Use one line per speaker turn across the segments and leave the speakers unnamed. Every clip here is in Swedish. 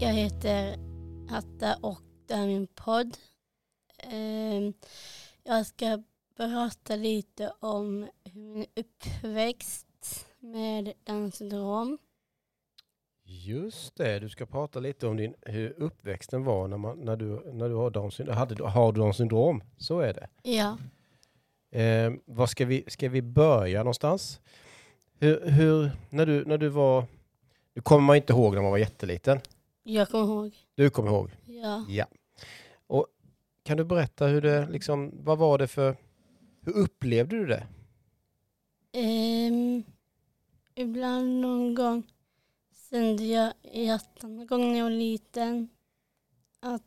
heter Atta och det här är min podd. Ehm, Jag ska prata lite om hur min uppväxt med Downs syndrom.
Just det, du ska prata lite om din, hur uppväxten var när, man, när, du, när du har Downs syndrom. Hade, du- har du Downs syndrom? Så är det.
Ja,
Eh, vad ska, vi, ska vi börja någonstans? Hur, hur, när, du, när du var... Nu kommer man inte ihåg när man var jätteliten.
jag kommer ihåg.
Du kommer ihåg.
Ja.
Kan du berätta hur det liksom, vad var det för, hur upplevde du det?
Ehm, ibland någon gång kände jag i hjärtat någon gång när jag var liten att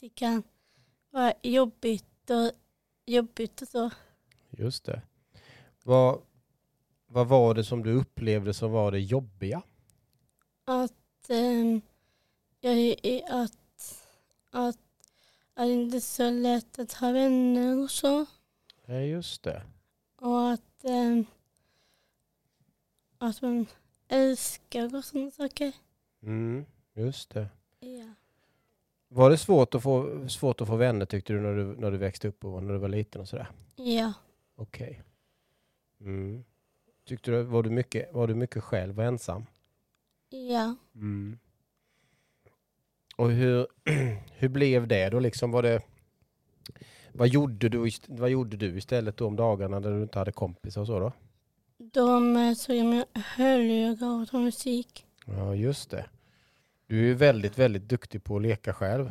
det kan vara jobbigt och, jobbigt och så.
Just det. Vad, vad var det som du upplevde som var det jobbiga?
att ehm, jag är att, att, att det inte är så lätt att ha vänner och så.
Ja, just det.
Och att, ehm, att man älskar och sådana saker.
Mm, just det.
Ja.
Var det svårt att få, svårt att få vänner tyckte du när, du när du växte upp och när du var liten och sådär?
ja.
Okej. Mm. Tyckte du, var du mycket, var du mycket själv och ensam?
Ja.
Mm. Och hur, hur blev det då? Liksom var det, vad, gjorde du, ist- vad gjorde du istället då om dagarna när du inte hade kompisar och så då?
De eh, såg jag med hörlurar och tog musik.
Ja, just det. Du är ju väldigt, väldigt duktig på att leka själv.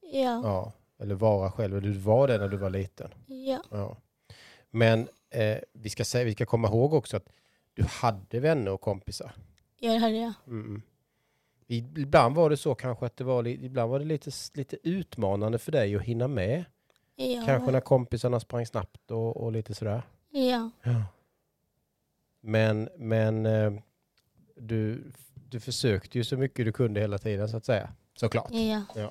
Ja.
Ja. Eller vara själv. Eller Du var det när du var liten.
Ja.
Ja. Men eh, vi, ska säga, vi ska komma ihåg också att du hade vänner och kompisar.
Ja, det hade jag.
Mm. Ibland var det så kanske att det var, li- ibland var det lite, s- lite utmanande för dig att hinna med.
Ja.
Kanske när kompisarna sprang snabbt och, och lite sådär.
Ja.
Men, men eh, du, du försökte ju så mycket du kunde hela tiden så att säga. Såklart.
Ja.
Ja.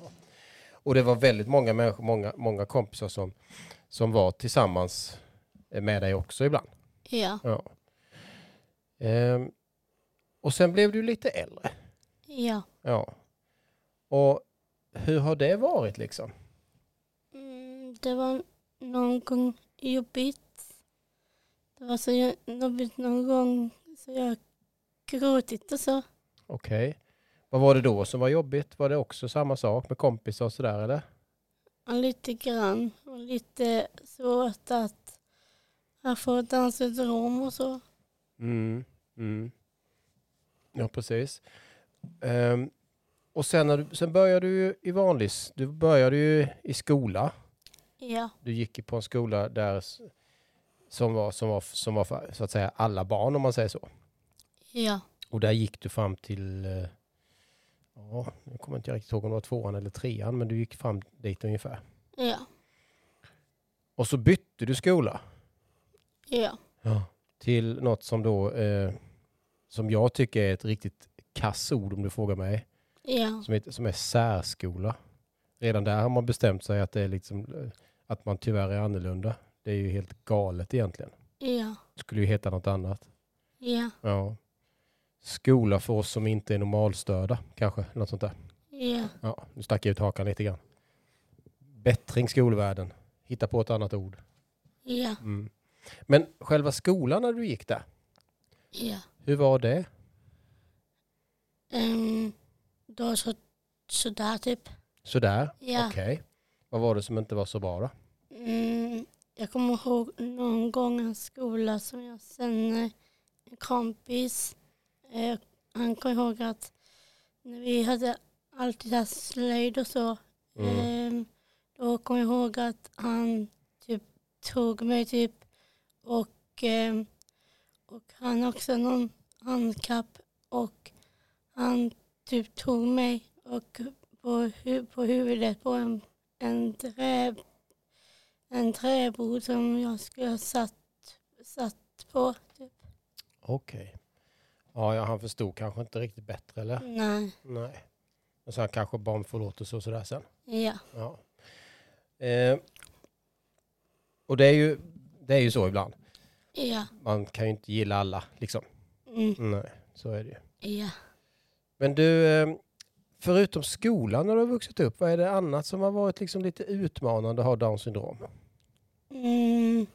Och det var väldigt många människor, många, många kompisar som, som var tillsammans eh, med dig också ibland.
Ja.
Ja. Ehm, och sen blev du lite äldre.
Ja.
Ja. Och hur har det varit liksom?
Mm, det var någon gång jobbigt. Det var så jä- jobbigt någon gång så jag gråtit och så.
Okej. Vad var det då som var jobbigt? Var det också samma sak med kompisar och sådär eller?
Och lite grann. Och lite svårt att jag får danssyndrom och så.
Mm. Mm. Ja, precis. Ehm, och sen, när du, sen började du ju i vanlig, s- du började ju i skola.
Ja,
Du gick ju på en skola där s- som var, som var, som var för, så att säga alla barn om man säger så.
ja,
Och där gick du fram till, eh, ja, nu kommer inte jag riktigt ihåg om det var tvåan eller trean, men du gick fram dit ungefär.
ja,
Och så bytte du skola
ja,
till något som då, eh, som jag tycker är ett riktigt kassord om du frågar mig.
ja,
som, heter, som är särskola. Redan där har man bestämt sig att, det är liksom, eh, att man tyvärr är annorlunda. Det är ju helt galet egentligen.
ja,
Det skulle ju heta något annat.
ja,
Ja. Skola för oss som inte är normalstörda kanske. Något sånt där.
ja,
Ja, nu stack jag ut hakan lite grann. Bättring skolvärlden. Hitta på ett annat ord.
ja,
Mm. Men själva skolan när du gick där,
ja.
hur var det?
Um, då så, sådär typ.
Sådär?
Ja.
Okej. Vad var det som inte var så bra då?
Mm, jag kommer ihåg någon gång en skola som jag känner en kompis. Eh, han kom ihåg att när vi hade alltid haft slöjd och så.
Mm.
ehm, då kom jag ihåg att han typ tog mig typ och, ehm, och han har också någon handikapp och han typ tog mig och på, hu- på huvudet på en, en trä en träbord som jag skulle ha satt, satt på. Typ.
Okej. Ja, ja, han förstod kanske inte riktigt bättre eller?
Nej,
Nej. Och sen kanske barnförlåtelse och sådär sen.
ja,
Ja. Eh, och det är, ju, det är ju så ibland.
ja,
Man kan ju inte gilla alla liksom.
mm,
Nej, så är det ju.
ja,
Men du, eh, Förutom skolan när du har vuxit upp, vad är det annat som har varit liksom lite utmanande att ha Downs syndrom?
Mm.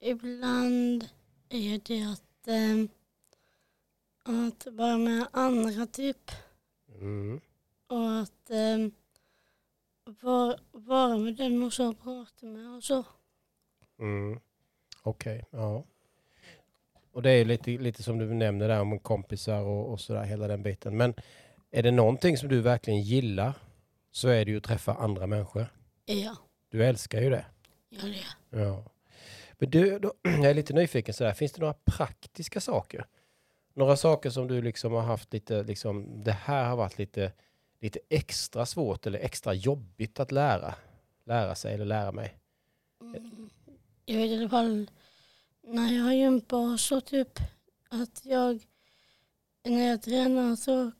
Ibland är det att, eh, att vara med andra typ
Mm.
och att eh, vara, vara med den och så prata med och så.
Mm. Okej, ja. Och det är ju lite, lite som du nämner där om kompisar och, och sådär, hela den biten. Men är det någonting som du verkligen gillar så är det ju att träffa andra människor.
Ja,
Du älskar ju det.
ja det. är.
Ja. Men du, då, jag är lite nyfiken sådär, finns det några praktiska saker? Några saker som du liksom har haft lite, liksom, det här har varit lite, lite extra svårt eller extra jobbigt att lära, lära sig eller lära mig?
Mm. Jag vet i alla fall när jag har gympa och så typ att jag när jag tränar så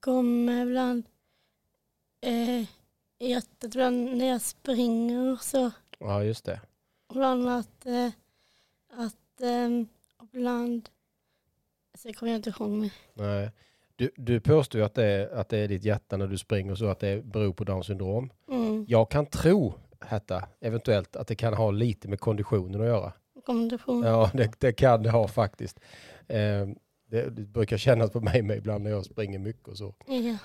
kommer ibland eh, hjärtat ibland när jag springer och så.
Ja, just det.
Ibland att, eh, att eh, ibland så kommer jag inte ihåg mig.
Nej. Du, du påstår ju att det, är, att det är ditt hjärta när du springer och så, att det beror på Downs syndrom.
Mm.
Jag kan tro, Herta, eventuellt att det kan ha lite med konditionen att göra.
Jag kommer inte ihåg.
Ja, det, det kan det ha faktiskt. Eh, det, det brukar kännas på mig med ibland när jag springer mycket och så.
Ja.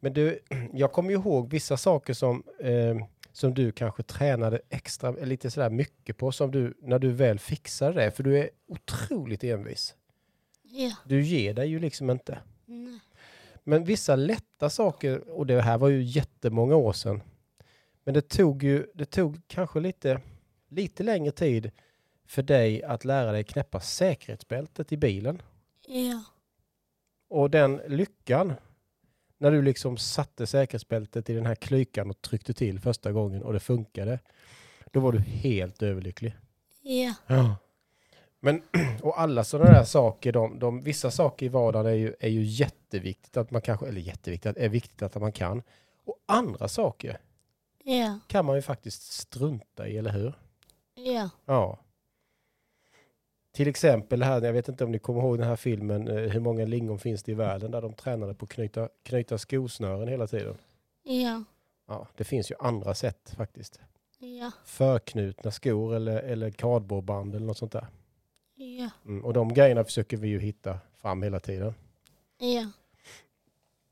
Men du, jag kommer ju ihåg vissa saker som, eh, som du kanske tränade extra, lite sådär mycket på, som du, när du väl fixade det, för du är otroligt envis.
ja.
Du ger dig ju liksom inte.
Nej.
Men vissa lätta saker, och det här var ju jättemånga år sedan, men det tog ju, det tog kanske lite, lite längre tid för dig att lära dig knäppa säkerhetsbältet i bilen.
Ja.
Och den lyckan, när du liksom satte säkerhetsbältet i den här klykan och tryckte till första gången och det funkade, då var du helt överlycklig.
Ja.
Ja. Men, och alla sådana där saker, de, de, vissa saker i vardagen är ju, är ju jätteviktigt att man kanske, eller jätteviktigt, att- är viktigt att man kan. Och andra saker
Ja.
kan man ju faktiskt strunta i, eller hur?
Ja.
Ja. Till exempel det här, jag vet inte om ni kommer ihåg den här filmen, eh, hur många lingon finns det i världen, där de tränade på att knyta, knyta skosnören hela tiden.
Ja.
Ja, det finns ju andra sätt faktiskt.
Ja.
Förknutna skor eller, eller kardborreband eller något sånt där.
Ja.
Mm, och de grejerna försöker vi ju hitta fram hela tiden.
Ja.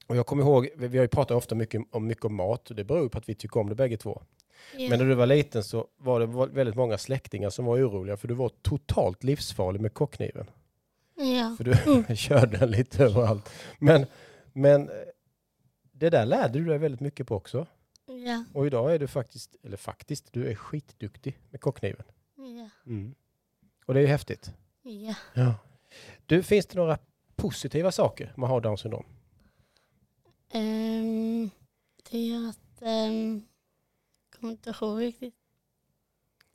Och jag kommer ihåg, vi vi har ju pratat ofta mycket om, mycket om mat och det beror ju på att vi tycker om det bägge två.
Ja.
Men när du var liten så var det va- väldigt många släktingar som var oroliga för du var totalt livsfarlig med kockkniven.
Ja.
För du körde den lite överallt. Men, men eh, det där lärde du dig väldigt mycket på också.
Ja.
Och idag är du faktiskt, eller faktiskt, du är skitduktig med kockkniven.
Ja.
Och det är ju häftigt.
Ja.
Du, finns det några positiva saker man har Downs syndrom?
Um, det är att... Um, kommer inte ihåg riktigt.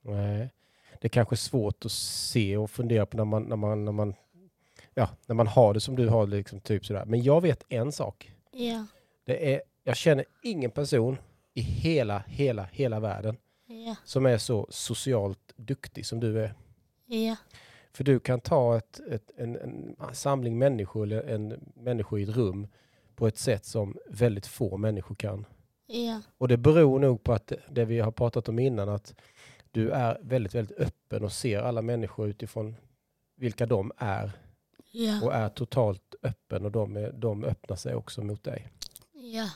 Nej. Det är kanske svårt att se och fundera på när man, när man, när man, ja, när man har det som du har. Liksom, typ sådär. Men jag vet en sak.
Ja.
Det är, jag känner ingen person i hela, hela, hela världen
Ja.
som är så socialt duktig som du är.
Ja.
För du kan ta ett, ett, en, en samling människor eller en människor i ett rum på ett sätt som väldigt få människor kan.
Ja.
Och det beror nog på att det vi har pratat om innan, att du är väldigt, väldigt öppen och ser alla människor utifrån vilka de är
Ja.
och är totalt öppen och de, är, de öppnar sig också mot dig.
Ja.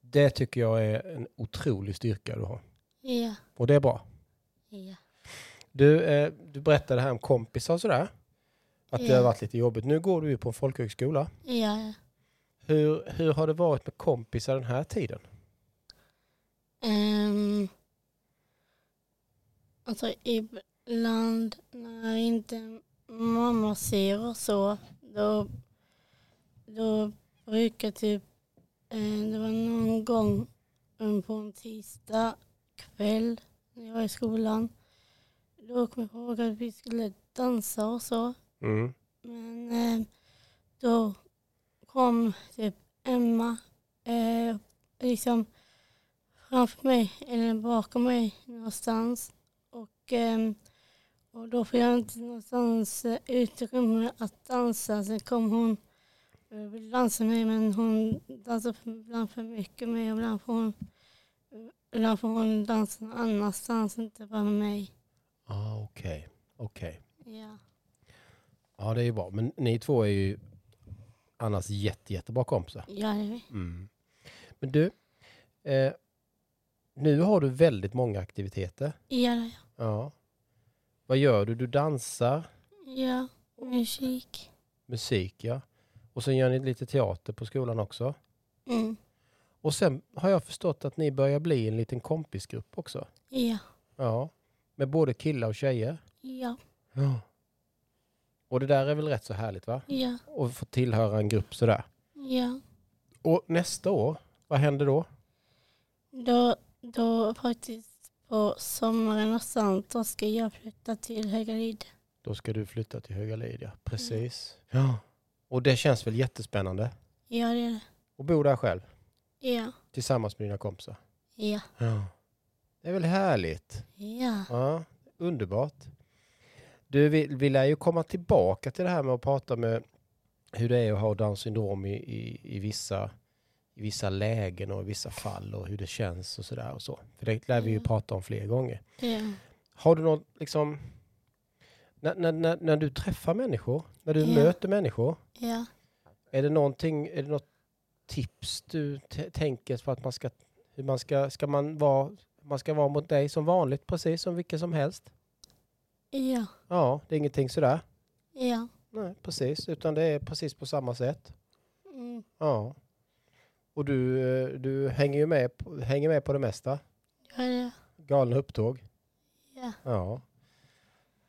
Det tycker jag är en otrolig styrka du har
Ja.
och det är bra.
Ja.
Du, eh, du berättade här om kompisar och sådär, att det
Ja.
har varit lite jobbigt. Nu går du ju på en folkhögskola.
Ja.
Hur, hur har det varit med kompisar den här tiden?
Um, alltså ibland när inte mamma ser och så då, då brukar typ eh, det var någon gång um, på en tisdag kväll när jag var i skolan. Då kom jag ihåg att vi skulle dansa och så.
Mm.
Men eh, då kom typ Emma eh, liksom framför mig eller bakom mig någonstans. Och, eh, och då får jag inte någonstans eh, utrymme att dansa. Sen kom hon eh, vill dansa med men hon dansar för- ibland för mycket med mig och ibland får hon, ibland får hon dansa någon annanstans, inte bara med mig.
Ah, Okej, okej.
Ja,
Ja, det är ju bra. Men ni två är ju annars jätte, jättebra kompisar.
ja det är vi.
Mm. Men du, eh, nu har du väldigt många aktiviteter.
Ja, det är
Ja. Vad gör du? Du dansar,
jag. ja, musik.
musik, ja. Och sen gör ni lite teater på skolan också.
Mm.
Och sen har jag förstått att ni börjar bli en liten kompisgrupp också.
Ja,
Ja. Med både killar och tjejer.
ja,
Ja. Och det där är väl rätt så härligt va?
ja,
Att få tillhöra en grupp sådär.
ja.
Och nästa år, vad händer då?
Då, då faktiskt på sommaren och sånt, då ska jag flytta till Högalid.
Då ska du flytta till Höga Lydia. Precis. Ja. Och det känns väl jättespännande?
Ja, det är det.
Och bo där själv
Ja,
tillsammans med dina kompisar.
ja,
Ja. Det är väl härligt?
ja,
Ja, underbart. Du, vi, vi lär ju komma tillbaka till det här med att prata med hur det är att ha Downs syndrom i, i, i, vissa, i vissa lägen och i vissa fall och hur det känns och sådär och så. För det lär vi ju
Mm.
prata om fler gånger.
det är det.
Har du något, liksom, när, när, när, när du träffar människor, när du
Ja.
möter människor,
Ja.
är det någonting, är det något tips du t- tänker på att man ska, hur man ska, ska man vara, man ska vara mot dig som vanligt, precis som vilken som helst?
Ja,
Ja, det är ingenting sådär.
ja.
Nej, precis, utan det är precis på samma sätt.
Mm.
Ja. Och du, eh, du hänger ju med, på- hänger med på det mesta.
Ja, det är det.
Galna upptåg.
Ja.
Ja.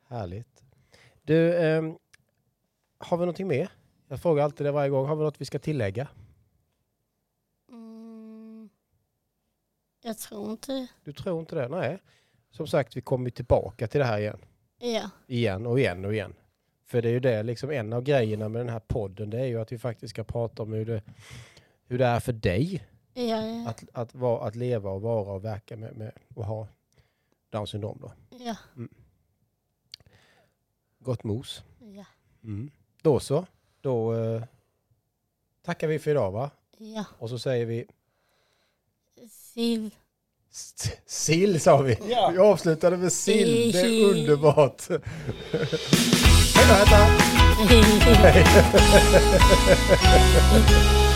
Härligt. Du, ehm, har vi någonting mer? Jag frågar alltid det varje gång. Har vi något vi ska tillägga?
Mm. Jag tror inte det.
Du tror inte det? Nej. Som sagt, vi kommer ju tillbaka till det här igen.
Ja,
Igen och igen och igen. För det är ju det, liksom en av grejerna med den här podden, det är ju att vi faktiskt ska prata om hur det, hur det är för dig
ja, ja.
att, att, vara, att leva och vara och verka med, med och ha Downs syndrom då.
ja.
Gott mos.
ja.
Då så. Då eh, tackar vi för idag va?
ja.
Och så säger vi
Sill.
S- Sill sa vi.
Ja.
Vi avslutade med sill. Det är underbart. Hej då, hej då.
Hej.